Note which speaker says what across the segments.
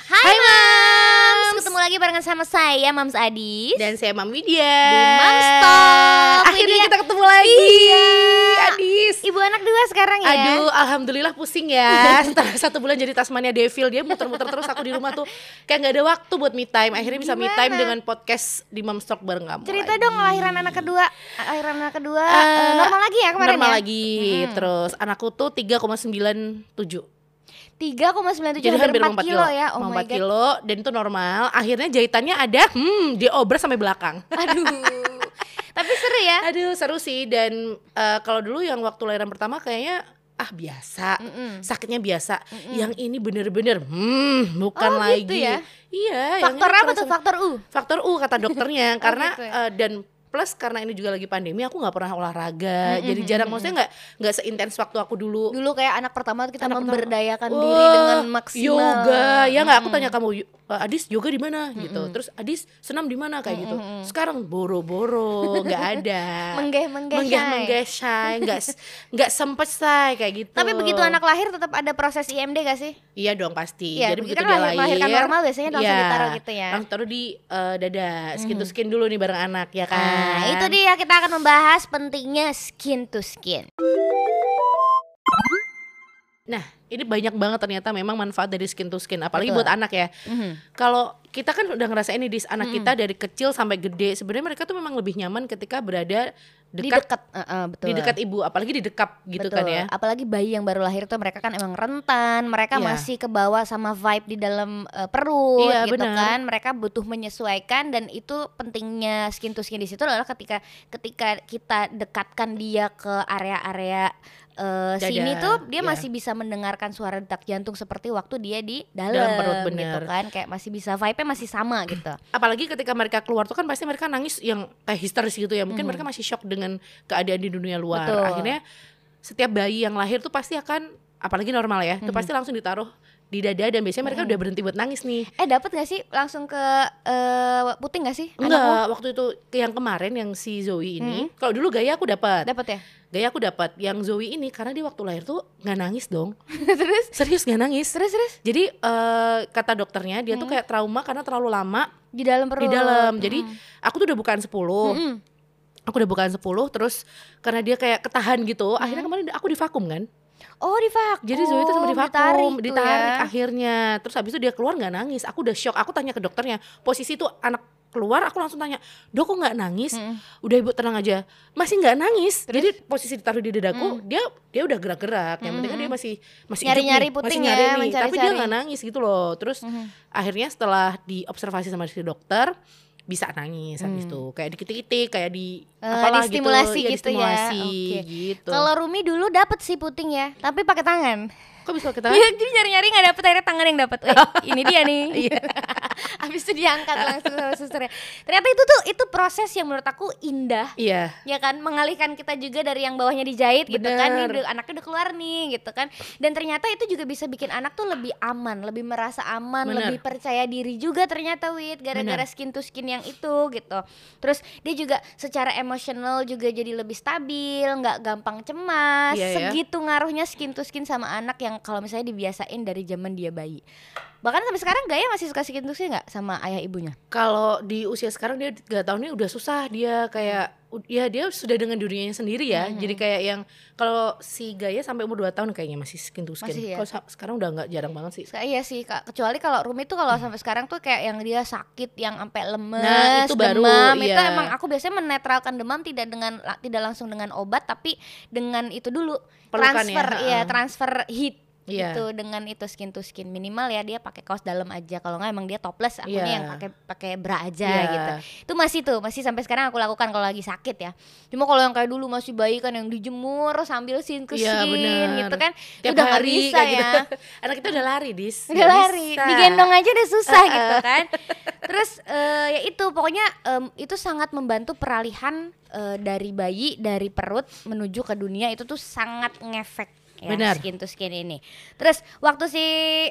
Speaker 1: Hai,
Speaker 2: Hai,
Speaker 1: Mams.
Speaker 2: Mams.
Speaker 1: Ketemu lagi barengan sama saya Mams Adis
Speaker 2: Dan saya Mam Widya.
Speaker 1: Di Mams Talk.
Speaker 2: Akhirnya
Speaker 1: Widya.
Speaker 2: kita ketemu lagi.
Speaker 1: Iya.
Speaker 2: Adis.
Speaker 1: Ibu anak dua sekarang ya.
Speaker 2: Aduh, alhamdulillah pusing ya. Setelah satu bulan jadi Tasmania Devil, dia muter-muter terus aku di rumah tuh kayak nggak ada waktu buat me time. Akhirnya bisa me time
Speaker 1: Gimana?
Speaker 2: dengan podcast di Mams Talk bareng kamu.
Speaker 1: Cerita
Speaker 2: lagi.
Speaker 1: dong lahiran anak kedua. Lahiran anak kedua
Speaker 2: Eh,
Speaker 1: eh, normal lagi ya kemarin
Speaker 2: Normal
Speaker 1: ya?
Speaker 2: lagi.
Speaker 1: Mm-mm.
Speaker 2: Terus anakku tuh 3,97.
Speaker 1: 3,97
Speaker 2: Jadi hampir
Speaker 1: 4
Speaker 2: 4 kilo.
Speaker 1: ya. Oh my god.
Speaker 2: 4 kilo dan itu normal. Akhirnya jahitannya ada hmm, diobras sampai belakang.
Speaker 1: Aduh. Tapi seru ya.
Speaker 2: Aduh seru sih dan eh, kalau dulu yang waktu lahiran pertama kayaknya ah biasa
Speaker 1: Mm-mm.
Speaker 2: sakitnya biasa
Speaker 1: Mm-mm.
Speaker 2: yang ini bener-bener hmm bukan
Speaker 1: Oh,
Speaker 2: lagi
Speaker 1: gitu ya?
Speaker 2: iya yang
Speaker 1: Faktor
Speaker 2: ini
Speaker 1: apa tuh?
Speaker 2: kerasa-
Speaker 1: Faktor U.
Speaker 2: faktor U kata dokternya karena
Speaker 1: gitu ya.
Speaker 2: eh, dan plus karena ini juga lagi pandemi aku nggak pernah olahraga
Speaker 1: Mm-mm,
Speaker 2: jadi jarang
Speaker 1: mm-mm.
Speaker 2: maksudnya nggak nggak seintens waktu aku dulu
Speaker 1: Dulu kayak anak pertama kita
Speaker 2: Anak pertama.
Speaker 1: memberdayakan
Speaker 2: Wah,
Speaker 1: diri dengan maksimal.
Speaker 2: yoga ya nggak aku
Speaker 1: Mm-mm.
Speaker 2: tanya kamu "Yu- eh, Adis yoga di mana gitu
Speaker 1: Mm-mm.
Speaker 2: terus Adis senam di mana kayak gitu
Speaker 1: Mm-mm.
Speaker 2: sekarang boro-boro nggak ada
Speaker 1: Menggeh menggeh.
Speaker 2: menggah menggah shy nggak s- nggak sempet say kayak gitu
Speaker 1: Tapi begitu anak lahir tetap ada proses IMD gak sih?
Speaker 2: iya dong pasti
Speaker 1: Iya,
Speaker 2: jadi begitu
Speaker 1: kan
Speaker 2: dia
Speaker 1: lahir-
Speaker 2: lahir
Speaker 1: melahirkan normal biasanya langsung
Speaker 2: iya,
Speaker 1: ditaruh gitu ya.
Speaker 2: langsung taruh di eh, dada skin to
Speaker 1: Mhm.
Speaker 2: skin dulu nih bareng anak ya kan
Speaker 1: Nah, itu dia kita akan membahas pentingnya skin to skin.
Speaker 2: ini banyak banget ternyata memang manfaat dari skin to skin apalagi
Speaker 1: Betul.
Speaker 2: buat anak ya
Speaker 1: Mm-hmm.
Speaker 2: kalau kita kan udah ngerasain nih dis anak
Speaker 1: Mm-mm.
Speaker 2: kita dari kecil sampai gede sebenarnya mereka tuh memang lebih nyaman ketika berada
Speaker 1: Di
Speaker 2: dekat
Speaker 1: dekat, eh, betul.
Speaker 2: di dekat ibu apalagi di dekap gitu
Speaker 1: Betul.
Speaker 2: kan ya
Speaker 1: Apalagi bayi yang baru lahir tuh mereka kan emang rentan, mereka
Speaker 2: Iya.
Speaker 1: masih kebawa sama vibe di dalam eh, perut
Speaker 2: Iya,
Speaker 1: gitu
Speaker 2: benar.
Speaker 1: kan. Mereka butuh menyesuaikan dan itu pentingnya skin to skin di situ adalah ketika ketika kita dekatkan dia ke area-area eh,
Speaker 2: Dada,
Speaker 1: sini tuh dia
Speaker 2: iya.
Speaker 1: masih bisa mendengarkan suara detak jantung seperti waktu dia di dalam,
Speaker 2: Dalam perut,
Speaker 1: gitu
Speaker 2: benar.
Speaker 1: kan. Kayak masih bisa vibe-nya masih sama gitu.
Speaker 2: apalagi ketika mereka keluar tuh kan pasti mereka nangis yang kayak histeris gitu ya mungkin
Speaker 1: Mhm.
Speaker 2: mereka masih shock dengan keadaan di dunia luar
Speaker 1: Betul.
Speaker 2: akhirnya setiap bayi yang lahir tuh pasti akan apalagi normal ya itu
Speaker 1: Mhm.
Speaker 2: pasti langsung ditaruh di dada dan biasanya mereka
Speaker 1: Mhm.
Speaker 2: udah berhenti buat nangis nih
Speaker 1: Eh dapat gak sih langsung ke eh, puting gak sih? Anakmu
Speaker 2: enggak waktu itu ke yang kemarin yang si Zoe ini
Speaker 1: Mhm.
Speaker 2: kalau dulu gaya aku dapat
Speaker 1: dapat ya?
Speaker 2: gaya aku dapat yang Zoe ini karena dia waktu lahir tuh nggak nangis dong
Speaker 1: terus
Speaker 2: serius nggak nangis
Speaker 1: terus terus
Speaker 2: jadi eh, kata dokternya dia tuh
Speaker 1: Mhm.
Speaker 2: kayak trauma karena terlalu lama
Speaker 1: di dalam perut. Mhm.
Speaker 2: dalam, jadi, oh. aku tuh udah bukan 10
Speaker 1: Mm-mm.
Speaker 2: aku udah bukan 10 terus karena dia kayak ketahan gitu
Speaker 1: Hmm.
Speaker 2: akhirnya kemarin aku di vakum kan
Speaker 1: Oh di vakum.
Speaker 2: jadi Zoe itu sampai di vakum
Speaker 1: Oh, tuh
Speaker 2: ditarik, Ah.
Speaker 1: ya.
Speaker 2: akhirnya terus habis itu dia keluar nggak nangis aku udah shock aku tanya ke dokternya posisi itu anak keluar aku langsung tanya dok kok nggak nangis
Speaker 1: Mm-mm.
Speaker 2: udah ibu tenang aja masih nggak nangis
Speaker 1: Hmm. Terus?
Speaker 2: jadi posisi ditaruh di dadaku dia dia udah gerak-gerak yang penting kan
Speaker 1: Mm-mm.
Speaker 2: dia masih masih
Speaker 1: Hmm. Nyari-nyari
Speaker 2: hidup nih,
Speaker 1: puting
Speaker 2: masih nyari
Speaker 1: ya,
Speaker 2: nih. tapi dia
Speaker 1: mencari-cari.
Speaker 2: nggak nangis gitu loh terus
Speaker 1: Mhm.
Speaker 2: akhirnya setelah diobservasi sama si dokter bisa nangis
Speaker 1: Hmm.
Speaker 2: habis itu kayak dikitik-kitik kayak di
Speaker 1: Eh,
Speaker 2: apalah
Speaker 1: distimulasi gitu
Speaker 2: gitu,
Speaker 1: ya,
Speaker 2: distimulasi
Speaker 1: oke.
Speaker 2: gitu.
Speaker 1: Kalau Rumi dulu dapat sih puting ya, tapi pakai tangan.
Speaker 2: kok bisa kita
Speaker 1: Iya, jadi nyari-nyari nggak dapet akhirnya tangan yang dapet. Eh, ini dia nih.
Speaker 2: Iya.
Speaker 1: Habis itu diangkat langsung sama susternya. Ternyata itu tuh itu proses yang menurut aku indah
Speaker 2: Iya,
Speaker 1: ya kan mengalihkan kita juga dari yang bawahnya dijahit gitu kan nih
Speaker 2: Bener.
Speaker 1: udah- anaknya udah keluar nih gitu kan dan ternyata itu juga bisa bikin anak tuh lebih aman lebih merasa aman
Speaker 2: Bener.
Speaker 1: lebih percaya diri juga ternyata wit gara-gara skin to skin yang itu gitu terus dia juga secara emosional juga jadi lebih stabil nggak gampang cemas
Speaker 2: Iya, ya.
Speaker 1: segitu ngaruhnya skin to skin sama anak yang kalau misalnya dibiasain dari zaman dia bayi bahkan sampai sekarang gaya masih suka skin to skin nggak sama ayah ibunya
Speaker 2: kalau di usia sekarang dia tiga tahunnya udah susah dia kayak u- ya dia sudah dengan dunianya sendiri ya.
Speaker 1: Mhm.
Speaker 2: Jadi kayak yang kalau si Gaya sampai umur 2 tahun kayaknya masih skin to skin.
Speaker 1: Masih ya?
Speaker 2: Kalau sa- sekarang udah nggak jarang banget sih.
Speaker 1: Sekali iya sih kak. Kecuali kalau Rumi tuh kalau sampai sekarang tuh kayak yang dia sakit, yang sampai lemes,
Speaker 2: Nah, itu baru,
Speaker 1: demam. Itu
Speaker 2: iya.
Speaker 1: emang aku biasanya menetralkan demam tidak dengan la- tidak langsung dengan obat, tapi dengan itu dulu
Speaker 2: Pelukan
Speaker 1: transfer,
Speaker 2: ya,
Speaker 1: iya
Speaker 2: ha-ha.
Speaker 1: transfer heat
Speaker 2: Iya.
Speaker 1: gitu dengan itu skin to skin minimal ya dia pakai kaos dalam aja. Kalau nggak emang dia topless, aku
Speaker 2: Iya.
Speaker 1: nih yang pakai pakai bra aja
Speaker 2: Iya.
Speaker 1: gitu. Itu masih tuh masih sampai sekarang aku lakukan kalau lagi sakit ya. Cuma kalau yang kayak dulu masih bayi kan yang dijemur sambil sin ke
Speaker 2: Iya,
Speaker 1: sin
Speaker 2: benar.
Speaker 1: gitu kan, Itu
Speaker 2: Tiap
Speaker 1: udah nggak
Speaker 2: hari
Speaker 1: bisa
Speaker 2: kayak
Speaker 1: ya
Speaker 2: gitu. Anak kita udah lari, Dis.
Speaker 1: udah
Speaker 2: Nggak
Speaker 1: lari
Speaker 2: bisa.
Speaker 1: digendong aja udah susah gitu kan terus eh, ya itu pokoknya em, itu sangat membantu peralihan eh, dari bayi dari perut menuju ke dunia itu tuh sangat ngefek ya
Speaker 2: Benar.
Speaker 1: skin to skin ini terus waktu si eh,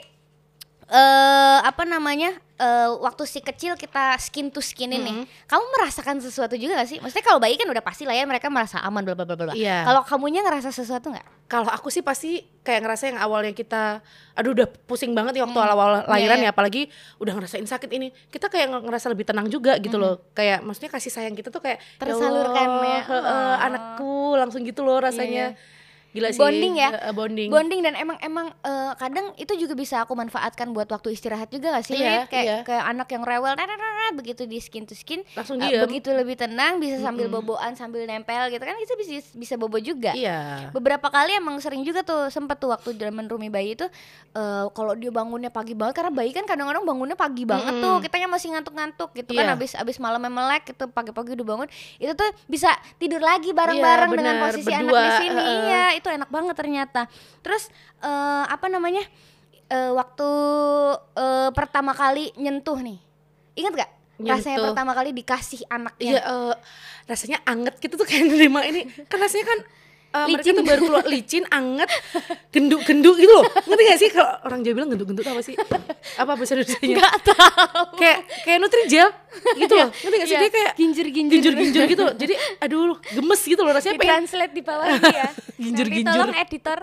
Speaker 1: eh apa namanya eh, waktu si kecil kita skin to skin ini,
Speaker 2: Mm-hmm.
Speaker 1: kamu merasakan sesuatu juga gak sih? Maksudnya kalau bayi kan udah pasti lah ya mereka merasa aman bla bla bla bla.
Speaker 2: Iya.
Speaker 1: Kalau kamunya ngerasa sesuatu nggak?
Speaker 2: Kalau aku sih pasti kayak ngerasa yang awalnya kita aduh udah pusing banget nih waktu awal-awal lahiran
Speaker 1: Iya,
Speaker 2: ya apalagi udah ngerasain sakit ini. Kita kayak nge- ngerasa lebih tenang juga gitu loh. Kayak maksudnya kasih sayang kita tuh kayak "Ya
Speaker 1: Hmm. Tersalurkan
Speaker 2: Allah,
Speaker 1: ya.
Speaker 2: heeh,
Speaker 1: Oh.
Speaker 2: anakku langsung gitu loh rasanya. Gila sih.
Speaker 1: Bonding ya?
Speaker 2: heeh, bonding.
Speaker 1: Bonding dan emang emang eh, kadang itu juga bisa aku manfaatkan buat waktu istirahat juga gak sih? Lid?
Speaker 2: Iya,
Speaker 1: kayak
Speaker 2: iya.
Speaker 1: kayak anak yang rewel, "Tararara," begitu di skin to skin,
Speaker 2: langsung
Speaker 1: eh,
Speaker 2: diem.
Speaker 1: begitu lebih tenang bisa sambil boboan sambil nempel gitu kan itu bisa bisa bobo juga.
Speaker 2: Iya.
Speaker 1: Beberapa kali emang sering juga tuh sempet tuh waktu zaman Rumi bayi itu eh kalau dia bangunnya pagi banget karena bayi kan kadang-kadang bangunnya pagi banget
Speaker 2: Mm-mm.
Speaker 1: tuh kitanya masih ngantuk-ngantuk gitu
Speaker 2: Iya.
Speaker 1: kan abis abis malamnya melek gitu pagi-pagi udah bangun itu tuh bisa tidur lagi bareng-bareng
Speaker 2: Iya,
Speaker 1: dengan
Speaker 2: benar,
Speaker 1: posisi anak
Speaker 2: berdua,
Speaker 1: di sini
Speaker 2: heeh.
Speaker 1: iya itu enak banget ternyata terus eh apa namanya eh waktu eh, pertama kali nyentuh nih ingat gak rasanya
Speaker 2: Nyentuh.
Speaker 1: pertama kali dikasih
Speaker 2: Iya,
Speaker 1: anaknya
Speaker 2: eh, rasanya anget gitu tuh kayak nerima ini. Kan rasanya kan eh, mereka
Speaker 1: Licin.
Speaker 2: tuh baru keluar licin, anget, genduk-genduk gitu loh. Ngerti gak sih kalau orang Jawa bilang genduk-genduk tuh apa sih? Apa bahasa Indonesia?
Speaker 1: nggak tahu
Speaker 2: Kayak kayak nutrijel gitu loh. Ngerti gak sih
Speaker 1: Iya,
Speaker 2: dia kayak
Speaker 1: ginjur-ginjur
Speaker 2: ginjur-ginjur gitu loh. Jadi aduh gemes gitu loh rasanya
Speaker 1: di
Speaker 2: pengen
Speaker 1: translate di bawah ini ya.
Speaker 2: Ginjur-ginjur.
Speaker 1: Nanti tolong editor.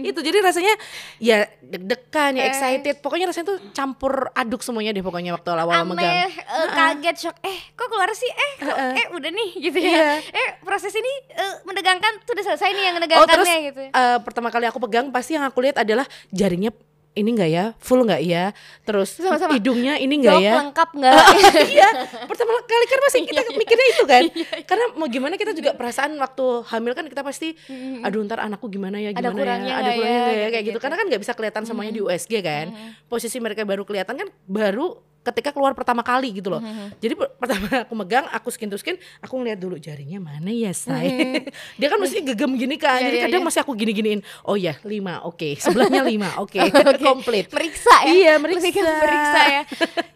Speaker 2: itu. Jadi rasanya ya deg-degan,
Speaker 1: Eh.
Speaker 2: ya excited. Pokoknya rasanya tuh campur aduk semuanya deh pokoknya waktu awal-awal megang.
Speaker 1: Ameh, eh, kaget, shock. Eh, kok keluar sih? Eh, kok, eh udah nih gitu
Speaker 2: Iya.
Speaker 1: ya. Eh, proses ini eh, menegangkan sudah selesai nih yang
Speaker 2: Oh terus
Speaker 1: menegangkannya gitu.
Speaker 2: eh, pertama kali aku pegang pasti yang aku lihat adalah jaringnya ini enggak ya, full enggak ya, terus
Speaker 1: Sama-sama.
Speaker 2: hidungnya ini enggak
Speaker 1: Dok,
Speaker 2: ya.
Speaker 1: lengkap enggak?
Speaker 2: iya, pertama kali kan pasti kita
Speaker 1: Iya.
Speaker 2: mikirnya itu kan. Karena mau gimana kita juga perasaan waktu hamil kan kita pasti aduh ntar anakku gimana ya,
Speaker 1: Ada
Speaker 2: gimana
Speaker 1: kurangnya
Speaker 2: ya, ada
Speaker 1: nggak
Speaker 2: kurangnya
Speaker 1: ya,
Speaker 2: enggak ya, kayak
Speaker 1: gitu-gitu.
Speaker 2: gitu. Karena kan nggak bisa kelihatan semuanya di USG kan. Posisi mereka baru kelihatan kan baru ketika keluar pertama kali gitu loh. Jadi per- pertama aku megang, aku skin to skin, aku ngeliat dulu jaringnya mana ya, say. Dia kan mesti gegem gini
Speaker 1: Iya,
Speaker 2: kan. Jadi
Speaker 1: iya,
Speaker 2: kadang
Speaker 1: iya.
Speaker 2: masih aku gini-giniin. Oh ya, lima, oke. Sebelahnya lima, oke. Komplit.
Speaker 1: meriksa ya.
Speaker 2: Iya,
Speaker 1: Lebih ke
Speaker 2: meriksa.
Speaker 1: meriksa ya.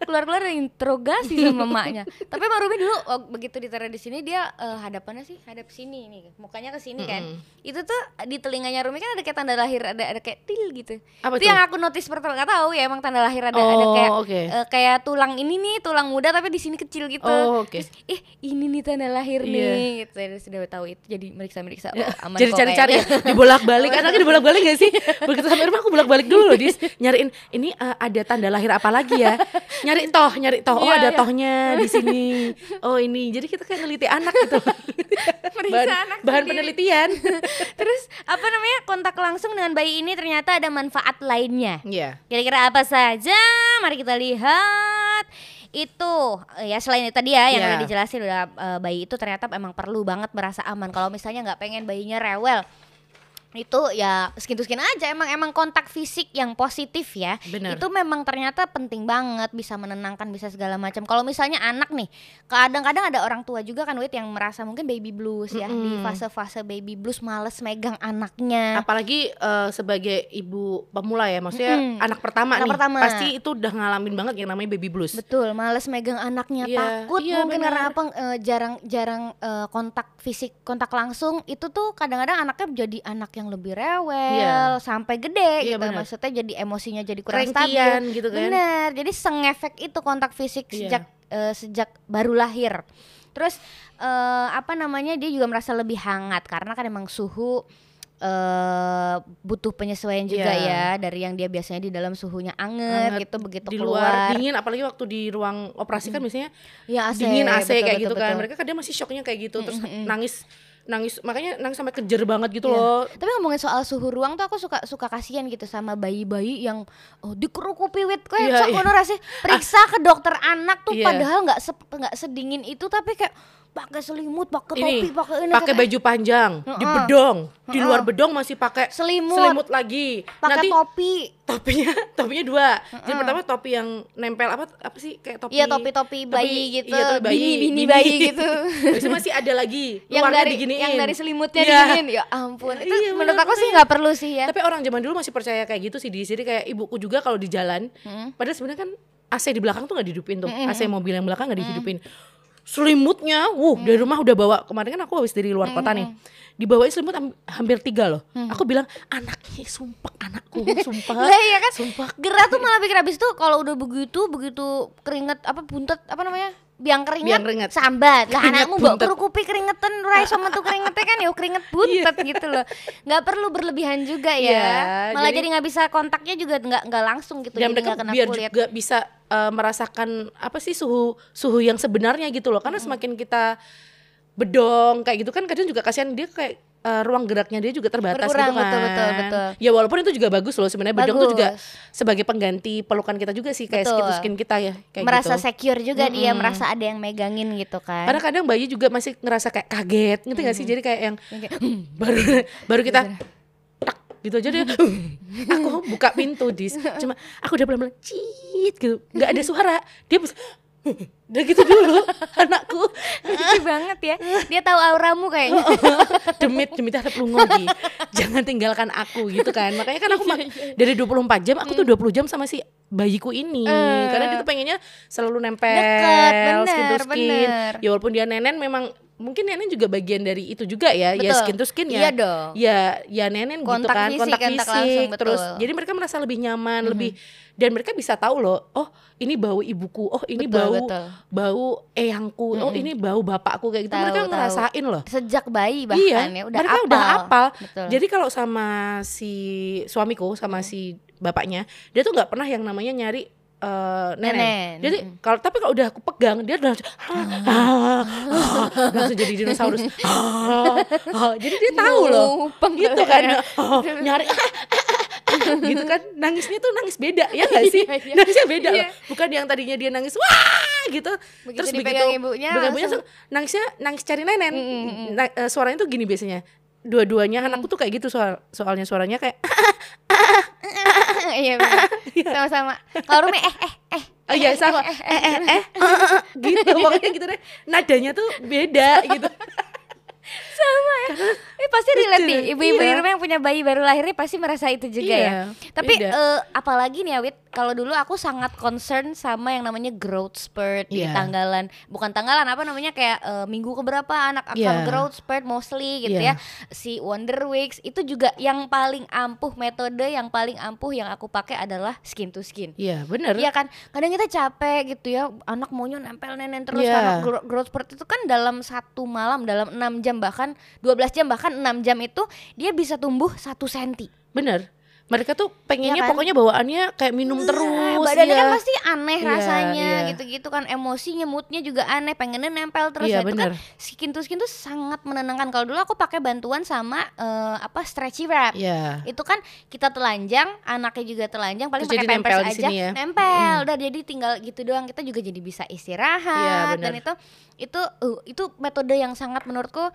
Speaker 1: Keluar-keluar ada interogasi sama emaknya. Tapi Mbak Rumi dulu oh, begitu ditaruh di sini dia eh, hadapannya sih hadap sini nih, mukanya ke sini kan. Itu tuh di telinganya Rumi kan ada kayak tanda lahir ada ada kayak til gitu.
Speaker 2: Apa
Speaker 1: itu
Speaker 2: tuh?
Speaker 1: yang aku notice pertama nggak tahu ya emang tanda lahir ada ada
Speaker 2: Oh,
Speaker 1: kayak
Speaker 2: oke.
Speaker 1: eh, kayak tulang ini nih, tulang muda tapi di sini kecil gitu.
Speaker 2: Oh, oke.
Speaker 1: Terus, eh ini nih tanda lahir
Speaker 2: Iya.
Speaker 1: nih gitu. Terus udah tahu itu jadi meriksa-meriksa oh, aman
Speaker 2: jadi
Speaker 1: kok
Speaker 2: cari-cari ya
Speaker 1: kayaknya.
Speaker 2: dibolak-balik anaknya dibolak-balik gak sih begitu sampai rumah aku bolak-balik dulu loh dis nyariin ini eh, ada tanda lahir apa lagi ya nyari toh nyari toh oh
Speaker 1: Iya,
Speaker 2: ada
Speaker 1: iya.
Speaker 2: tohnya di sini oh ini jadi kita kayak neliti anak gitu bahan,
Speaker 1: anak
Speaker 2: bahan
Speaker 1: sendiri.
Speaker 2: penelitian
Speaker 1: Terus apa namanya kontak langsung dengan bayi ini ternyata ada manfaat lainnya.
Speaker 2: Iya
Speaker 1: Kira-kira apa saja? Mari kita lihat. Itu eh, ya selain itu tadi ya yang
Speaker 2: Iya.
Speaker 1: udah dijelasin udah eh, bayi itu ternyata emang perlu banget merasa aman. Kalau misalnya nggak pengen bayinya rewel itu ya skin to skin aja emang emang kontak fisik yang positif ya
Speaker 2: Bener.
Speaker 1: itu memang ternyata penting banget bisa menenangkan bisa segala macam kalau misalnya anak nih kadang-kadang ada orang tua juga kan wait yang merasa mungkin baby blues ya di
Speaker 2: Mm-mm.
Speaker 1: fase-fase baby blues males megang anaknya
Speaker 2: apalagi eh, sebagai ibu pemula ya maksudnya
Speaker 1: Mm-mm.
Speaker 2: anak pertama
Speaker 1: Anak
Speaker 2: nih
Speaker 1: pertama.
Speaker 2: pasti itu udah ngalamin banget yang namanya baby blues
Speaker 1: Betul, males megang anaknya,
Speaker 2: Iya,
Speaker 1: takut
Speaker 2: iya,
Speaker 1: mungkin
Speaker 2: benar.
Speaker 1: karena apa eh, jarang-jarang eh, kontak fisik, kontak langsung itu tuh kadang-kadang anaknya jadi anak yang lebih rewel sampai gede gitu.
Speaker 2: Iya, benar.
Speaker 1: Maksudnya jadi emosinya jadi kurang stabil.
Speaker 2: Kerengkian gitu kan
Speaker 1: Bener, jadi sengefek itu kontak fisik
Speaker 2: Iya.
Speaker 1: sejak eh, sejak baru lahir. Terus eh, apa namanya dia juga merasa lebih hangat karena kan emang suhu eh butuh penyesuaian juga
Speaker 2: Iya.
Speaker 1: ya dari yang dia biasanya di dalam suhunya
Speaker 2: Hangat,
Speaker 1: anget gitu begitu
Speaker 2: di
Speaker 1: keluar
Speaker 2: luar dingin apalagi waktu di ruang operasi kan biasanya
Speaker 1: Ya, AC,
Speaker 2: dingin
Speaker 1: betul,
Speaker 2: AC kayak
Speaker 1: betul,
Speaker 2: gitu kan
Speaker 1: betul.
Speaker 2: mereka kadang masih shocknya kayak gitu terus nangis nangis makanya nangis sampai kejer banget gitu
Speaker 1: Iya.
Speaker 2: loh
Speaker 1: Tapi ngomongin soal suhu ruang tuh aku suka suka kasihan gitu sama bayi-bayi yang oh, dikeruku piwit kok
Speaker 2: Iya,
Speaker 1: sok
Speaker 2: iya.
Speaker 1: ngono rasanya. Periksa ke dokter anak tuh
Speaker 2: Iya.
Speaker 1: padahal nggak sep- nggak sedingin itu tapi kayak pakai selimut, pakai topi,
Speaker 2: ini
Speaker 1: pakai ini
Speaker 2: pakai
Speaker 1: kayak,
Speaker 2: baju panjang
Speaker 1: Heeh.
Speaker 2: di bedong di luar bedong masih pakai
Speaker 1: selimut,
Speaker 2: selimut lagi
Speaker 1: pakai
Speaker 2: nanti
Speaker 1: topi.
Speaker 2: topinya topinya dua jadi pertama topi yang nempel apa apa sih kayak topi
Speaker 1: Iya, topi-topi bayi gitu,
Speaker 2: iya, topi bayi,
Speaker 1: bini-bini bayi gitu.
Speaker 2: Habis itu masih ada lagi
Speaker 1: Yang
Speaker 2: luarnya
Speaker 1: dari
Speaker 2: diginiin
Speaker 1: yang dari selimutnya
Speaker 2: Iya.
Speaker 1: diginiin. Ya ampun. Itu
Speaker 2: Iya,
Speaker 1: menurut
Speaker 2: bener,
Speaker 1: aku sih nggak perlu sih ya.
Speaker 2: Tapi orang zaman dulu masih percaya kayak gitu sih di sini kayak ibuku juga kalau
Speaker 1: Hmm. Hmm.
Speaker 2: di jalan. Padahal sebenarnya kan AC di belakang tuh nggak dihidupin tuh. AC mobil yang belakang nggak dihidupin. selimutnya, wuh dari rumah udah bawa kemarin kan aku habis dari
Speaker 1: Hmm,
Speaker 2: luar kota nih, dibawain selimut am- hampir tiga loh, aku bilang anaknya sumpah anakku sumpah,
Speaker 1: Lah iya kan?
Speaker 2: sumpah
Speaker 1: Gerah tuh malah pikir habis itu kalau udah begitu begitu keringet apa buntet apa namanya? Biang keringet,
Speaker 2: Biang keringet.
Speaker 1: sambat lah
Speaker 2: Keringet
Speaker 1: anakmu bawa
Speaker 2: buntet.
Speaker 1: kerukupi keringetan rai sama tuh keringetnya kan ya keringet buntet gitu loh nggak perlu berlebihan juga ya
Speaker 2: Iya,
Speaker 1: malah
Speaker 2: jadi-
Speaker 1: jadi nggak bisa kontaknya juga nggak nggak langsung gitu
Speaker 2: dan
Speaker 1: jadi
Speaker 2: mereka
Speaker 1: nggak kena
Speaker 2: biar
Speaker 1: kulit
Speaker 2: juga bisa eh, merasakan apa sih suhu suhu yang sebenarnya gitu loh karena semakin kita bedong kayak gitu kan kadang juga kasihan dia kayak eh, ruang geraknya dia juga terbatas
Speaker 1: Berkurang,
Speaker 2: gitu kan
Speaker 1: betul, betul, betul.
Speaker 2: ya walaupun itu juga bagus loh sebenarnya bedong tuh juga
Speaker 1: Bagus.
Speaker 2: sebagai pengganti pelukan kita juga sih kayak
Speaker 1: Betul.
Speaker 2: skin to skin kita ya kayak
Speaker 1: merasa
Speaker 2: gitu
Speaker 1: secure juga dia merasa ada yang megangin gitu kan
Speaker 2: karena kadang bayi juga masih ngerasa kayak kaget gitu nggak sih jadi kayak yang
Speaker 1: Oke.
Speaker 2: baru baru kita tak gitu aja dia aku buka pintu dis cuma aku udah pelan-pelan cit gitu nggak ada suara dia bisa udah gitu dulu anakku
Speaker 1: lucu banget ya dia tahu auramu kayaknya
Speaker 2: demit demit harap lu ngogi jangan tinggalkan aku gitu kan makanya kan aku
Speaker 1: Iya,
Speaker 2: mak- dari 24 jam aku
Speaker 1: Hmm.
Speaker 2: tuh 20 jam sama si bayiku ini karena dia tuh pengennya selalu nempel
Speaker 1: Eh. Deket, bener,
Speaker 2: skin to skin
Speaker 1: bener.
Speaker 2: ya walaupun dia nenen memang mungkin nenen juga bagian dari itu juga ya ya
Speaker 1: Betul.
Speaker 2: skin to skin ya
Speaker 1: Iya dong.
Speaker 2: ya ya nenen gitu
Speaker 1: Kontak
Speaker 2: kan
Speaker 1: fisik,
Speaker 2: kontak fisik
Speaker 1: kontak langsung, betul. Mhm.
Speaker 2: terus jadi mereka merasa lebih nyaman lebih dan mereka bisa tahu loh oh ini bau ibuku oh ini
Speaker 1: Betul,
Speaker 2: bau
Speaker 1: betul.
Speaker 2: bau eyangku oh ini bau bapakku kayak gitu
Speaker 1: Tahu,
Speaker 2: mereka
Speaker 1: tahu.
Speaker 2: ngerasain loh
Speaker 1: sejak bayi bahkan ya udah apal.
Speaker 2: mereka Iya. kan udah apal.
Speaker 1: Betul. Mhm.
Speaker 2: Jadi kalau sama si suamiku sama si bapaknya, dia tuh nggak pernah yang namanya nyari eh, nenek.
Speaker 1: Nenek. Mhm.
Speaker 2: Jadi kalau tapi kalau udah aku pegang dia udah langsung, "Ah, ah, ah," langsung jadi dinosaurus. Ah, ah. Jadi dia tahu loh.
Speaker 1: Ngupeng
Speaker 2: Gitu
Speaker 1: kali
Speaker 2: kan
Speaker 1: ya.
Speaker 2: Ah, nyari ah, ah, ah, gitu kan nangisnya tuh nangis beda ya nggak sih?
Speaker 1: Iya, iya.
Speaker 2: Nangisnya beda loh.
Speaker 1: Iya.
Speaker 2: Bukan yang tadinya dia nangis wah gitu.
Speaker 1: Begitu dipegang ibunya,
Speaker 2: pegang ibunya
Speaker 1: langsung-
Speaker 2: langsung nangisnya nangis cari nenen.
Speaker 1: Ya, Mm, mm, mm.
Speaker 2: Na- eh, suaranya tuh gini biasanya. Dua-duanya anakku tuh kayak gitu soal soalnya suaranya kayak
Speaker 1: Iya bener. sama-sama. Kalau Rumi eh eh eh.
Speaker 2: oh iya sama eh eh eh, eh, eh, eh, gitu pokoknya gitu deh. Nadanya tuh beda gitu.
Speaker 1: Ini Eh, pasti relate
Speaker 2: Betul,
Speaker 1: nih ibu-ibu di
Speaker 2: iya.
Speaker 1: rumah yang punya bayi baru lahirnya pasti merasa itu juga
Speaker 2: Iya,
Speaker 1: ya. Tapi
Speaker 2: beda.
Speaker 1: eh, apalagi nih Awit, kalau dulu aku sangat concern sama yang namanya growth spurt di
Speaker 2: Iya.
Speaker 1: tanggalan, bukan tanggalan apa namanya kayak eh, minggu keberapa anak akan
Speaker 2: Iya.
Speaker 1: growth spurt mostly gitu
Speaker 2: Iya.
Speaker 1: ya. Si Wonder Weeks itu juga yang paling ampuh metode yang paling ampuh yang aku pakai adalah skin to skin.
Speaker 2: Iya, bener
Speaker 1: Iya kan, kadang kita capek gitu ya, anak maunya nempel nenen terus
Speaker 2: Iya.
Speaker 1: karena gro- growth spurt itu kan dalam satu malam, dalam 6 jam bahkan 12 jam bahkan 6 jam itu dia bisa tumbuh satu senti.
Speaker 2: Bener. Mereka tuh
Speaker 1: Iya
Speaker 2: pengennya
Speaker 1: kan?
Speaker 2: pokoknya bawaannya kayak minum
Speaker 1: Ah,
Speaker 2: terus.
Speaker 1: Badannya
Speaker 2: iya.
Speaker 1: kan pasti aneh
Speaker 2: Iya,
Speaker 1: rasanya
Speaker 2: iya.
Speaker 1: gitu-gitu kan, emosinya moodnya juga aneh, pengennya nempel terus. Nah,
Speaker 2: Iya,
Speaker 1: itu kan
Speaker 2: bener.
Speaker 1: skin to skin tuh sangat menenangkan. Kalau dulu aku pakai bantuan sama eh, apa stretchy wrap.
Speaker 2: Iya.
Speaker 1: itu kan kita telanjang anaknya juga telanjang paling
Speaker 2: Terus
Speaker 1: pakai
Speaker 2: jadi
Speaker 1: pampers
Speaker 2: nempel di
Speaker 1: aja
Speaker 2: sini ya.
Speaker 1: nempel udah jadi tinggal gitu doang kita juga jadi bisa istirahat
Speaker 2: Iya, benar.
Speaker 1: dan itu itu uh, itu metode yang sangat menurutku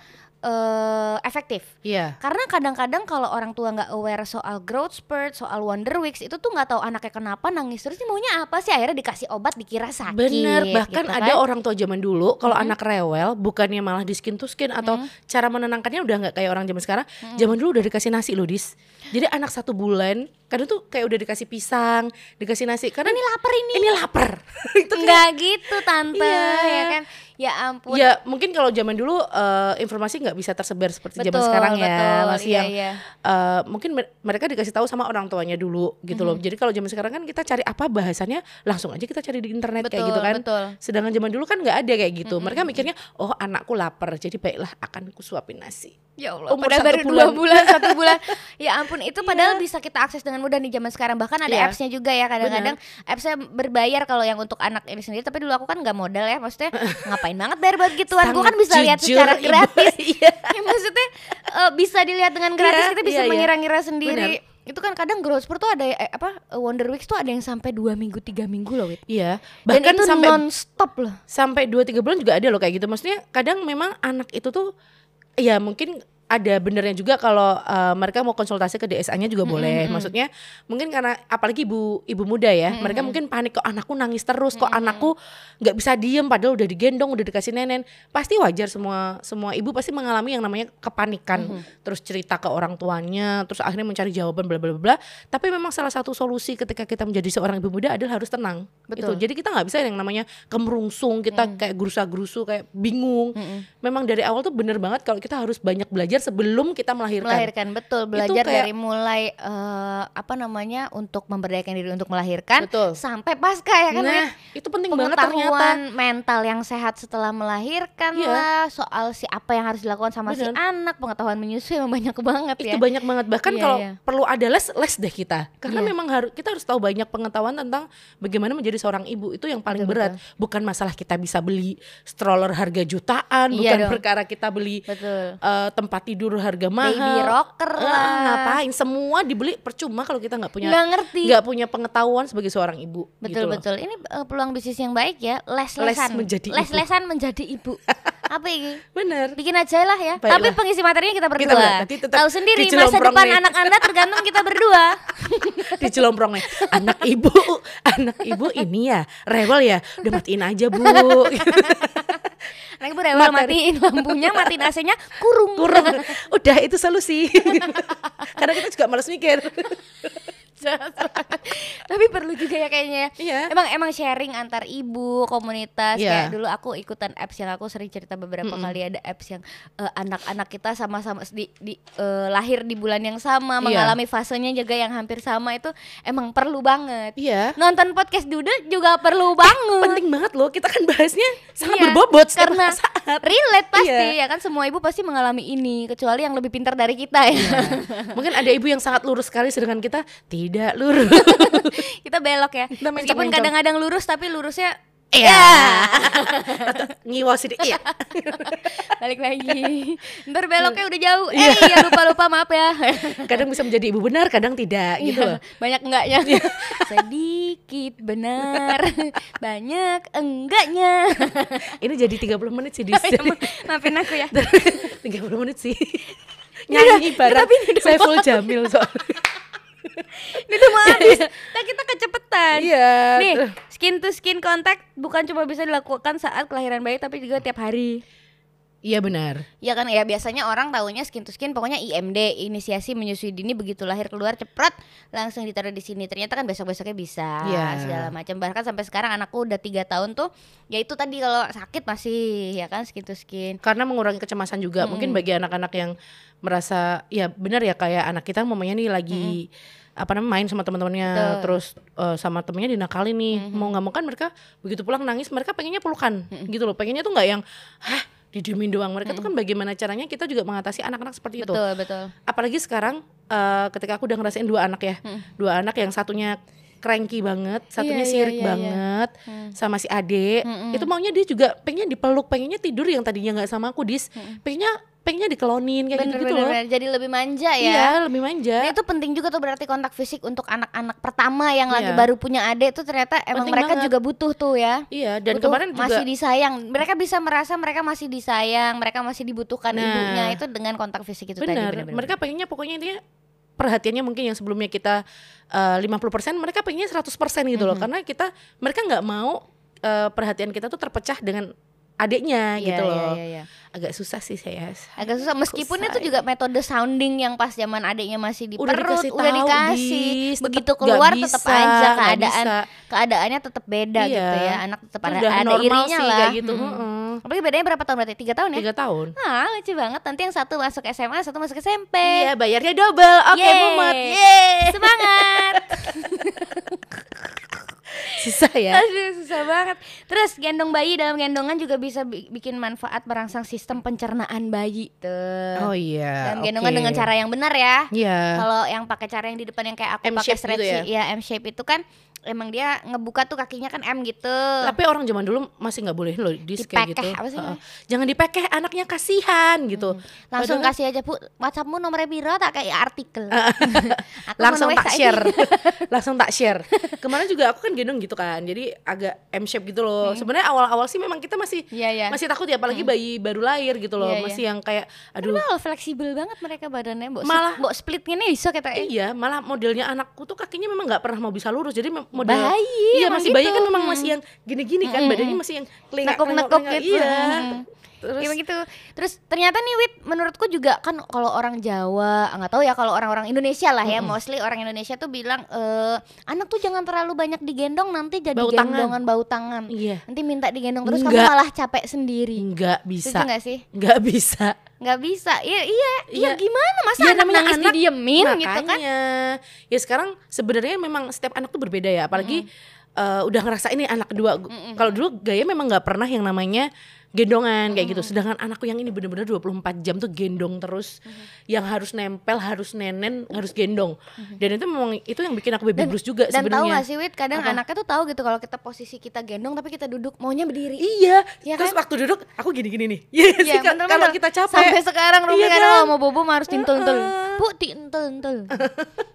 Speaker 1: eh, efektif
Speaker 2: Iya.
Speaker 1: karena kadang-kadang kalau orang tua nggak aware soal growth spurt, soal wonder weeks itu tuh nggak tahu anaknya kenapa nangis terus nih maunya apa sih akhirnya dikasih obat dikira sakit.
Speaker 2: Bener, bahkan
Speaker 1: gitu
Speaker 2: ada
Speaker 1: kan.
Speaker 2: orang tua zaman dulu kalau anak rewel bukannya malah di skin to skin atau cara menenangkannya udah nggak kayak orang zaman sekarang. Zaman dulu udah dikasih nasi loh, Dis. Jadi anak satu bulan kadang tuh kayak udah dikasih pisang, dikasih nasi karena
Speaker 1: ini lapar ini.
Speaker 2: ini lapar. Itu kayak-
Speaker 1: Enggak gitu tante
Speaker 2: Iya.
Speaker 1: ya kan. Ya ampun.
Speaker 2: Ya mungkin kalau zaman dulu eh, informasi nggak bisa tersebar seperti zaman sekarang ya,
Speaker 1: betul,
Speaker 2: masih
Speaker 1: iya,
Speaker 2: yang
Speaker 1: iya.
Speaker 2: eh, mungkin mer- mereka dikasih tahu sama orang tuanya dulu gitu loh. Jadi kalau zaman sekarang kan kita cari apa bahasannya langsung aja kita cari di internet kayak gitu
Speaker 1: Betul,
Speaker 2: kan.
Speaker 1: betul.
Speaker 2: Sedangkan zaman dulu kan nggak ada kayak gitu. Mereka mikirnya oh anakku lapar jadi baiklah akan kusuapin nasi.
Speaker 1: Ya Allah,
Speaker 2: Umur
Speaker 1: padahal
Speaker 2: satu
Speaker 1: baru dua bulan, satu bulan. Ya ampun, itu padahal bisa kita akses dengan mudah di zaman sekarang. Bahkan ada
Speaker 2: Iya.
Speaker 1: apps-nya juga ya kadang-kadang. Apps-nya berbayar kalau yang untuk anak ini sendiri. Tapi dulu aku kan nggak modal ya, maksudnya ngapain banget bayar buat gituan? Gue kan bisa lihat
Speaker 2: Jujur,
Speaker 1: secara
Speaker 2: Ibu.
Speaker 1: gratis.
Speaker 2: Iya.
Speaker 1: Ya, maksudnya eh, bisa dilihat dengan gratis,
Speaker 2: Iya,
Speaker 1: kita bisa
Speaker 2: iya, iya.
Speaker 1: mengira-ngira sendiri. Itu kan kadang growth spurt tuh ada eh, apa eh, Wonder Weeks tuh ada yang sampai dua minggu tiga minggu loh, Wit.
Speaker 2: Iya.
Speaker 1: Dan
Speaker 2: Bahkan
Speaker 1: itu
Speaker 2: sampai
Speaker 1: non-stop loh.
Speaker 2: sampai 2 3 bulan juga ada loh kayak gitu. Maksudnya kadang memang anak itu tuh ya mungkin ada benernya juga kalau eh, mereka mau konsultasi ke DSA-nya juga boleh. Maksudnya mungkin karena apalagi ibu ibu muda ya, mereka mungkin panik kok anakku nangis terus, kok anakku nggak bisa diem padahal udah digendong, udah dikasih nenen. Pasti wajar semua semua ibu pasti mengalami yang namanya kepanikan, terus cerita ke orang tuanya, terus akhirnya mencari jawaban bla bla bla. Tapi memang salah satu solusi ketika kita menjadi seorang ibu muda adalah harus tenang.
Speaker 1: Betul. Hmm.
Speaker 2: itu Gitu. jadi kita nggak bisa yang namanya kemerungsung kita kayak gerusa-gerusu kayak bingung
Speaker 1: Mm-mm.
Speaker 2: memang dari awal tuh bener banget kalau kita harus banyak belajar sebelum kita melahirkan,
Speaker 1: melahirkan betul belajar
Speaker 2: kayak-
Speaker 1: dari mulai eh, apa namanya untuk memberdayakan diri untuk melahirkan
Speaker 2: betul
Speaker 1: sampai pasca ya kan Rin?
Speaker 2: nah itu penting banget ternyata
Speaker 1: pengetahuan mental yang sehat setelah melahirkan
Speaker 2: Iya.
Speaker 1: lah soal si apa yang harus dilakukan sama si
Speaker 2: Bener.
Speaker 1: anak pengetahuan menyusui memang banyak banget ya
Speaker 2: itu banyak banget bahkan
Speaker 1: Iya,
Speaker 2: kalau
Speaker 1: iya.
Speaker 2: perlu ada les les deh kita karena
Speaker 1: Iya.
Speaker 2: memang harus kita harus tahu banyak pengetahuan tentang bagaimana menjadi seorang ibu itu yang paling
Speaker 1: Betul,
Speaker 2: berat bukan masalah kita bisa beli stroller harga jutaan
Speaker 1: Iya
Speaker 2: bukan
Speaker 1: dong.
Speaker 2: perkara kita beli
Speaker 1: betul
Speaker 2: eh, tempat tidur harga mahal
Speaker 1: baby rocker
Speaker 2: Eh,
Speaker 1: lah
Speaker 2: ngapain semua dibeli percuma kalau kita nggak punya
Speaker 1: nggak ngerti
Speaker 2: nggak punya pengetahuan sebagai seorang ibu gitu
Speaker 1: betul
Speaker 2: loh.
Speaker 1: betul ini eh, peluang bisnis yang baik ya les lesan
Speaker 2: Les menjadi ibu.
Speaker 1: les lesan menjadi ibu apa ini
Speaker 2: bener
Speaker 1: bikin aja lah ya
Speaker 2: Baiklah.
Speaker 1: tapi pengisi materinya kita berdua
Speaker 2: berdua. Nanti tetap
Speaker 1: tahu sendiri masa
Speaker 2: dijelomprong
Speaker 1: depan
Speaker 2: nih.
Speaker 1: anak anda tergantung kita berdua
Speaker 2: di Celomprong nih anak ibu anak ibu ini ya rewel ya udah matiin aja bu
Speaker 1: nah ibu rewel
Speaker 2: Materi.
Speaker 1: matiin lampunya matiin AC-nya kurung
Speaker 2: kurang udah itu solusi karena kita juga males mikir
Speaker 1: Jahat banget. tapi perlu juga ya kayaknya ya.
Speaker 2: iya
Speaker 1: Emang emang sharing antar ibu komunitas
Speaker 2: Iya.
Speaker 1: kayak dulu aku ikutan apps yang aku sering cerita beberapa
Speaker 2: Mm-mm.
Speaker 1: kali ada apps yang eh, anak-anak kita sama-sama di, di, eh, lahir di bulan yang sama
Speaker 2: Iya.
Speaker 1: mengalami fasenya juga yang hampir sama itu emang perlu banget.
Speaker 2: iya
Speaker 1: Nonton podcast Dude juga perlu banget.
Speaker 2: penting banget loh kita kan bahasnya sangat
Speaker 1: Iya,
Speaker 2: berbobot setiap
Speaker 1: karena
Speaker 2: saat
Speaker 1: Relate pasti ya
Speaker 2: Iya.
Speaker 1: kan semua ibu pasti mengalami ini kecuali yang lebih pintar dari kita ya.
Speaker 2: Iya. mungkin ada ibu yang sangat lurus sekali sedangkan kita tidak lurus
Speaker 1: kita belok ya.
Speaker 2: Kita mencong-mencong.
Speaker 1: Meskipun kadang-kadang lurus tapi lurusnya ya.
Speaker 2: iya ngiwa sedikit iya
Speaker 1: balik lagi. Ntar beloknya udah jauh. Eh iya lupa-lupa maaf ya.
Speaker 2: kadang bisa menjadi ibu benar kadang tidak gitu
Speaker 1: Iya,
Speaker 2: loh
Speaker 1: Banyak enggaknya.
Speaker 2: Iya.
Speaker 1: Sedikit benar, banyak enggaknya.
Speaker 2: ini jadi 30 menit sih di
Speaker 1: Ya, ma- Maafin aku ya.
Speaker 2: 30 menit sih nyanyi bareng Saiful Jamil soalnya
Speaker 1: Itu mau habis. Nah, kita kecepatan.
Speaker 2: iya
Speaker 1: Nih, skin to skin contact bukan cuma bisa dilakukan saat kelahiran bayi tapi juga tiap hari.
Speaker 2: iya benar
Speaker 1: Ya kan ya biasanya orang taunya skin to skin pokoknya IMD, inisiasi menyusui dini begitu lahir keluar ceprot langsung ditaruh di sini. Ternyata kan besok-besoknya bisa
Speaker 2: Iya.
Speaker 1: segala macam. Bahkan sampai sekarang anakku udah tiga tahun tuh ya itu tadi kalau sakit masih ya kan skin to skin.
Speaker 2: karena mengurangi kecemasan juga mungkin bagi anak-anak yang merasa ya benar ya kayak anak kita mamanya nih lagi apa namanya main sama teman-temannya
Speaker 1: Betul.
Speaker 2: terus eh, sama temennya dinakalin nih mau nggak mau kan mereka begitu pulang nangis mereka pengennya pelukan gitu loh pengennya tuh nggak yang hah didiemin doang mereka tuh kan bagaimana caranya kita juga mengatasi anak-anak seperti itu
Speaker 1: Betul, betul.
Speaker 2: apalagi sekarang eh, ketika aku udah ngerasain dua anak ya
Speaker 1: Mm.
Speaker 2: dua anak yang satunya cranky banget
Speaker 1: Iya,
Speaker 2: satunya
Speaker 1: iya,
Speaker 2: sirik
Speaker 1: iya, Hmm, iya.
Speaker 2: banget
Speaker 1: Hmm.
Speaker 2: sama si ade
Speaker 1: Mm-mm.
Speaker 2: itu maunya dia juga pengennya dipeluk pengennya tidur yang tadinya nggak sama aku dis
Speaker 1: Mm-mm.
Speaker 2: pengennya pengennya dikelonin kayak gitu,
Speaker 1: Hmm. Bener,
Speaker 2: gitu
Speaker 1: bener,
Speaker 2: loh
Speaker 1: bener. jadi lebih manja ya.
Speaker 2: iya lebih manja
Speaker 1: Nah, itu penting juga tuh berarti kontak fisik untuk anak-anak pertama yang lagi
Speaker 2: Iya.
Speaker 1: baru punya adik tuh ternyata emang
Speaker 2: Penting
Speaker 1: mereka
Speaker 2: banget.
Speaker 1: juga butuh tuh ya.
Speaker 2: iya dan
Speaker 1: Butuh
Speaker 2: kemarin juga
Speaker 1: masih disayang. Mereka bisa merasa mereka masih disayang, mereka masih dibutuhkan
Speaker 2: Nah.
Speaker 1: ibunya itu dengan kontak fisik itu tadi.
Speaker 2: benar
Speaker 1: bener-bener.
Speaker 2: mereka pengennya pokoknya intinya perhatiannya mungkin yang sebelumnya kita eh, 50% mereka pengennya 100% gitu loh
Speaker 1: Mhm.
Speaker 2: karena kita mereka nggak mau eh, perhatian kita tuh terpecah dengan adiknya
Speaker 1: Iya,
Speaker 2: gitu
Speaker 1: iya,
Speaker 2: loh
Speaker 1: iya, iya.
Speaker 2: agak susah sih saya
Speaker 1: Agak susah meskipun itu
Speaker 2: Susah.
Speaker 1: juga metode sounding yang pas zaman adiknya masih di
Speaker 2: udah
Speaker 1: perut,
Speaker 2: dikasih
Speaker 1: udah
Speaker 2: tahu,
Speaker 1: dikasih.
Speaker 2: Dis, tetep
Speaker 1: Begitu
Speaker 2: nggak
Speaker 1: keluar tetep
Speaker 2: bisa,
Speaker 1: aja
Speaker 2: nggak
Speaker 1: keadaan
Speaker 2: bisa.
Speaker 1: keadaannya tetap beda
Speaker 2: Iya.
Speaker 1: gitu ya. Anak tetap
Speaker 2: Itu
Speaker 1: ada
Speaker 2: udah
Speaker 1: ada
Speaker 2: normal
Speaker 1: irinya
Speaker 2: sih
Speaker 1: lah.
Speaker 2: kayak gitu
Speaker 1: Mm-mm.
Speaker 2: heeh.
Speaker 1: Apalagi bedanya berapa tahun berarti? Tiga tahun ya?
Speaker 2: tiga tahun
Speaker 1: Ah lucu banget nanti yang satu masuk SMA satu masuk SMP
Speaker 2: iya bayarnya double oke
Speaker 1: Yeay.
Speaker 2: mumet
Speaker 1: Semangat
Speaker 2: susah ya
Speaker 1: Aduh susah banget Terus gendong bayi dalam gendongan juga bisa bi- bikin manfaat merangsang sistem pencernaan bayi tuh
Speaker 2: oh iya
Speaker 1: Dalam gendongan
Speaker 2: oke.
Speaker 1: Eh. dengan cara yang benar ya
Speaker 2: iya
Speaker 1: Kalau yang pakai cara yang di depan yang kayak aku pakai
Speaker 2: M-shape gitu
Speaker 1: stretchy ya? M shape itu kan emang dia ngebuka tuh kakinya kan M gitu
Speaker 2: tapi orang zaman dulu masih nggak boleh loh dis kayak gitu
Speaker 1: Dipekeh, apa sih
Speaker 2: Heeh.
Speaker 1: namanya? Mm.
Speaker 2: jangan dipekeh anaknya kasihan gitu
Speaker 1: Langsung
Speaker 2: Padahal-
Speaker 1: kasih aja bu WhatsAppmu nomornya biro tak kayak artikel Aku
Speaker 2: Ah. langsung
Speaker 1: menulis
Speaker 2: tak
Speaker 1: saiki.
Speaker 2: share langsung tak share kemarin juga aku kan gendong gitu kan jadi agak M shape gitu loh
Speaker 1: Mm.
Speaker 2: sebenarnya awal-awal sih memang kita masih
Speaker 1: Iya iya
Speaker 2: masih takut ya apalagi bayi baru lahir gitu loh
Speaker 1: Iya, iya.
Speaker 2: masih yang kayak aduh
Speaker 1: Kenapa fleksibel banget mereka badannya mbok
Speaker 2: Malah-
Speaker 1: mbok split ini bisa kita eh,
Speaker 2: Iya, malah modelnya anakku tuh kakinya memang nggak pernah mau bisa lurus. Jadi mem- model
Speaker 1: bayi
Speaker 2: Iya,
Speaker 1: emang
Speaker 2: masih
Speaker 1: gitu.
Speaker 2: bayi kan memang
Speaker 1: Hmm.
Speaker 2: masih yang gini-gini kan,
Speaker 1: Mm-mm.
Speaker 2: badannya masih yang
Speaker 1: nekuk-nekuk
Speaker 2: telingak-telingak
Speaker 1: gitu
Speaker 2: Iya.
Speaker 1: Hmm.
Speaker 2: Terus
Speaker 1: Iya begitu. Terus ternyata nih Wit, menurutku juga kan kalau orang Jawa, nggak tahu ya kalau orang-orang Indonesia lah ya, mostly orang Indonesia tuh bilang eh anak tuh jangan terlalu banyak digendong nanti jadi
Speaker 2: Bau tangan.
Speaker 1: gendongan bau tangan.
Speaker 2: Iya.
Speaker 1: Nanti minta digendong terus kamu
Speaker 2: Nggak.
Speaker 1: malah capek sendiri.
Speaker 2: nggak
Speaker 1: Setuju
Speaker 2: bisa,
Speaker 1: nggak sih?
Speaker 2: nggak bisa.
Speaker 1: Nggak bisa. Iya, iya, iya
Speaker 2: Iya.
Speaker 1: gimana masa
Speaker 2: Iya,
Speaker 1: anak
Speaker 2: namanya
Speaker 1: nangis
Speaker 2: anak,
Speaker 1: didiemin gitu kan?
Speaker 2: Makanya, ya sekarang sebenarnya memang setiap anak tuh berbeda ya, apalagi eh, udah ngerasa ini anak kedua. Gu-
Speaker 1: Mm-mm.
Speaker 2: Kalau dulu gaya memang nggak pernah yang namanya gendongan kayak gitu. Sedangkan anakku yang ini bener-bener 24 jam tuh gendong terus, yang harus nempel, harus nenen, harus gendong. Dan itu memang itu yang bikin aku baby blues juga
Speaker 1: Dan tahu
Speaker 2: sebenarnya.
Speaker 1: gak sih Wit, kadang
Speaker 2: Apa?
Speaker 1: anaknya tuh tahu gitu kalau kita posisi kita gendong tapi kita duduk maunya berdiri.
Speaker 2: Iya,
Speaker 1: Iya
Speaker 2: terus waktu duduk aku gini-gini nih. Iya sih, Kak,
Speaker 1: bener-bener.
Speaker 2: kalau kita capek.
Speaker 1: Sampai sekarang Rumi
Speaker 2: Iya
Speaker 1: kan
Speaker 2: kan?
Speaker 1: kalau mau bobo mah harus diintul-intul.
Speaker 2: Heeh. Iya.
Speaker 1: Bu, diintul-intul.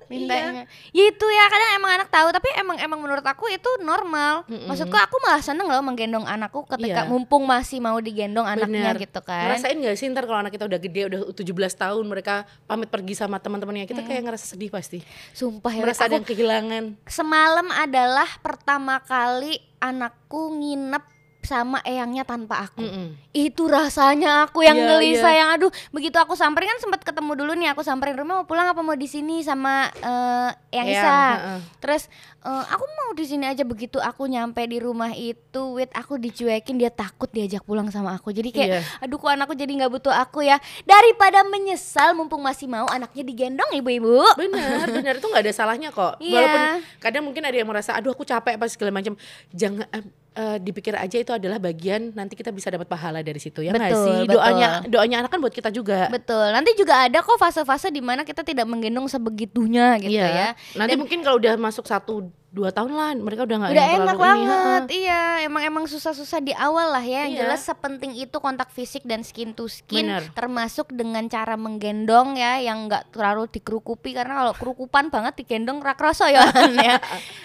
Speaker 1: Mintanya. Ya itu ya, kadang emang anak tahu, tapi emang emang menurut aku itu normal. Maksudku aku malah seneng loh menggendong anakku ketika
Speaker 2: Iya.
Speaker 1: mumpung masih mau digendong anaknya
Speaker 2: Bener.
Speaker 1: gitu kan.
Speaker 2: Ngerasain gak sih ntar kalau anak kita udah gede, udah 17 tahun mereka pamit pergi sama teman-temannya Kita kayak ngerasa sedih pasti
Speaker 1: Sumpah ya,
Speaker 2: Merasa
Speaker 1: aku
Speaker 2: ada yang kehilangan
Speaker 1: semalam adalah pertama kali anakku nginep sama eyangnya tanpa aku.
Speaker 2: Mm-mm.
Speaker 1: itu rasanya aku yang
Speaker 2: Iya,
Speaker 1: gelisah
Speaker 2: iya.
Speaker 1: yang aduh begitu aku samperin kan sempat ketemu dulu nih aku samperin rumah mau pulang apa mau di sini sama eh, yang
Speaker 2: Eyang,
Speaker 1: Isa
Speaker 2: Iya, heeh.
Speaker 1: terus eh, aku mau di sini aja begitu aku nyampe di rumah itu wait aku dicuekin dia takut diajak pulang sama aku jadi kayak "Oh."
Speaker 2: Iya.
Speaker 1: aduh kok anakku jadi nggak butuh aku ya daripada menyesal mumpung masih mau anaknya digendong ibu-ibu
Speaker 2: Bener, bener itu gak ada salahnya kok
Speaker 1: Iya.
Speaker 2: Walaupun kadang mungkin ada yang merasa Aduh aku capek apa segala macam Jangan eh, eh, dipikir aja itu adalah bagian nanti kita bisa dapat pahala dari situ ya nggak
Speaker 1: Betul,
Speaker 2: sih
Speaker 1: betul.
Speaker 2: doanya doanya anak kan buat kita juga
Speaker 1: betul nanti juga ada kok fase-fase dimana kita tidak menggendong sebegitunya gitu ya
Speaker 2: nanti mungkin kalau udah masuk satu dua tahun lah mereka udah nggak
Speaker 1: udah
Speaker 2: yang
Speaker 1: enak
Speaker 2: terlalu ini,
Speaker 1: banget
Speaker 2: heeh.
Speaker 1: iya emang emang susah-susah di awal lah ya yang
Speaker 2: Iya.
Speaker 1: jelas sepenting itu kontak fisik dan skin to skin
Speaker 2: Bener.
Speaker 1: termasuk dengan cara menggendong ya yang nggak terlalu dikerukupi karena kalau kerukupan banget digendong rak rasa ya Han, ya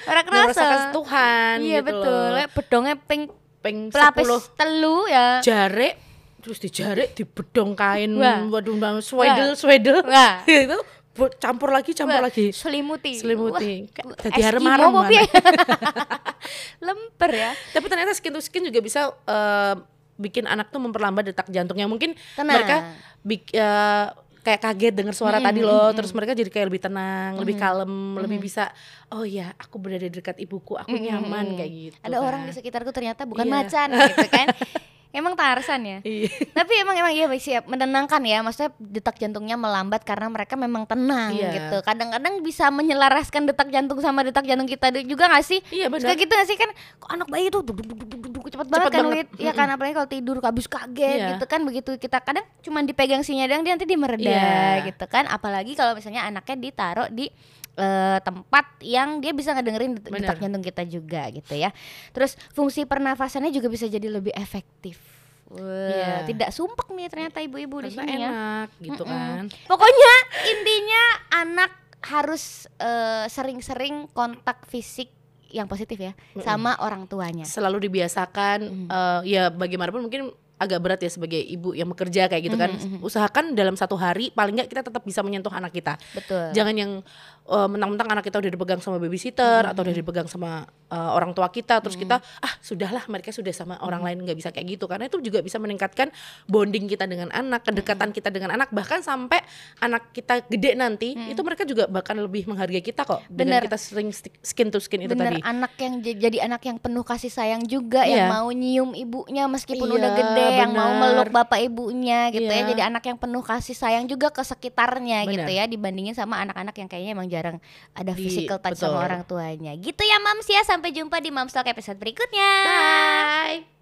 Speaker 1: rak
Speaker 2: Udah merasakan
Speaker 1: rasa
Speaker 2: Tuhan
Speaker 1: iya
Speaker 2: gitu
Speaker 1: betul
Speaker 2: loh.
Speaker 1: ya, bedongnya pink
Speaker 2: Peng
Speaker 1: pelapis
Speaker 2: 10
Speaker 1: telu ya
Speaker 2: jarik terus dijarik dibedong kain
Speaker 1: Wah.
Speaker 2: waduh mbak
Speaker 1: Wah.
Speaker 2: swedel swedel
Speaker 1: Wah.
Speaker 2: Iya, itu bu- campur lagi campur
Speaker 1: Wah,
Speaker 2: lagi
Speaker 1: selimuti
Speaker 2: selimuti
Speaker 1: Wah,
Speaker 2: jadi
Speaker 1: Eskimo
Speaker 2: harem-harem
Speaker 1: apa piye?
Speaker 2: anak.
Speaker 1: lemper ya
Speaker 2: tapi ternyata skin to skin juga bisa eh, bikin anak tuh memperlambat detak jantungnya mungkin
Speaker 1: Tenang.
Speaker 2: mereka bik- eh, kayak kaget dengar suara
Speaker 1: Hmm,
Speaker 2: tadi loh terus mereka jadi kayak lebih tenang lebih kalem lebih bisa oh ya aku berada di dekat ibuku aku nyaman kayak gitu
Speaker 1: Hmm, ada
Speaker 2: kan.
Speaker 1: orang di sekitarku ternyata bukan
Speaker 2: Iya.
Speaker 1: macan gitu kan emang Tarsan ya
Speaker 2: Iya.
Speaker 1: tapi emang emang iya baik siap menenangkan ya maksudnya detak jantungnya melambat karena mereka memang tenang
Speaker 2: Iya.
Speaker 1: gitu kadang-kadang bisa menyelaraskan detak jantung sama detak jantung kita du- juga gak sih
Speaker 2: iya
Speaker 1: Suka
Speaker 2: benar
Speaker 1: gitu gak sih kan kok anak bayi tuh duk, duk, duk, duk, duk, duk, cepet banget
Speaker 2: Cepet
Speaker 1: kan
Speaker 2: banget.
Speaker 1: Wit ya kan apalagi kalau tidur habis kaget
Speaker 2: Iya.
Speaker 1: gitu kan begitu kita kadang cuman dipegang sinyal doang dia nanti dia mereda
Speaker 2: Iya.
Speaker 1: gitu kan apalagi kalau misalnya anaknya ditaruh di eh, tempat yang dia bisa ngedengerin det-
Speaker 2: Bener.
Speaker 1: detak jantung kita juga gitu ya terus fungsi pernafasannya juga bisa jadi lebih efektif Wah,
Speaker 2: Iya.
Speaker 1: tidak sumpek nih ternyata ibu-ibu di
Speaker 2: Ternyata
Speaker 1: sini ya
Speaker 2: enak gitu
Speaker 1: Mm-mm.
Speaker 2: kan
Speaker 1: Pokoknya intinya anak harus eh, sering-sering kontak fisik yang positif ya sama orang tuanya.
Speaker 2: selalu dibiasakan eh, ya bagaimanapun mungkin agak berat ya sebagai ibu yang bekerja kayak gitu kan usahakan dalam satu hari paling nggak kita tetap bisa menyentuh anak kita
Speaker 1: Betul.
Speaker 2: jangan yang eh, mentang-mentang anak kita udah dipegang sama babysitter atau udah dipegang sama eh, orang tua kita terus kita ah sudahlah mereka sudah sama orang lain nggak bisa kayak gitu karena itu juga bisa meningkatkan bonding kita dengan anak kedekatan kita dengan anak bahkan sampai anak kita gede nanti itu mereka juga bahkan lebih menghargai kita kok dengan
Speaker 1: Bener.
Speaker 2: kita sering stick- skin to skin itu
Speaker 1: Bener
Speaker 2: tadi
Speaker 1: anak yang j- jadi anak yang penuh kasih sayang juga yang
Speaker 2: Iya.
Speaker 1: mau nyium ibunya meskipun
Speaker 2: Iya,
Speaker 1: udah gede yang mau
Speaker 2: bener.
Speaker 1: meluk bapak ibunya gitu ya
Speaker 2: Iya.
Speaker 1: jadi anak yang penuh kasih sayang juga ke sekitarnya
Speaker 2: Bener.
Speaker 1: gitu ya dibandingin sama anak-anak yang kayaknya emang jarang ada
Speaker 2: Di-
Speaker 1: physical touch sama
Speaker 2: betul.
Speaker 1: orang tuanya gitu ya Mams ya sampai jumpa di Mams Talk episode berikutnya
Speaker 2: bye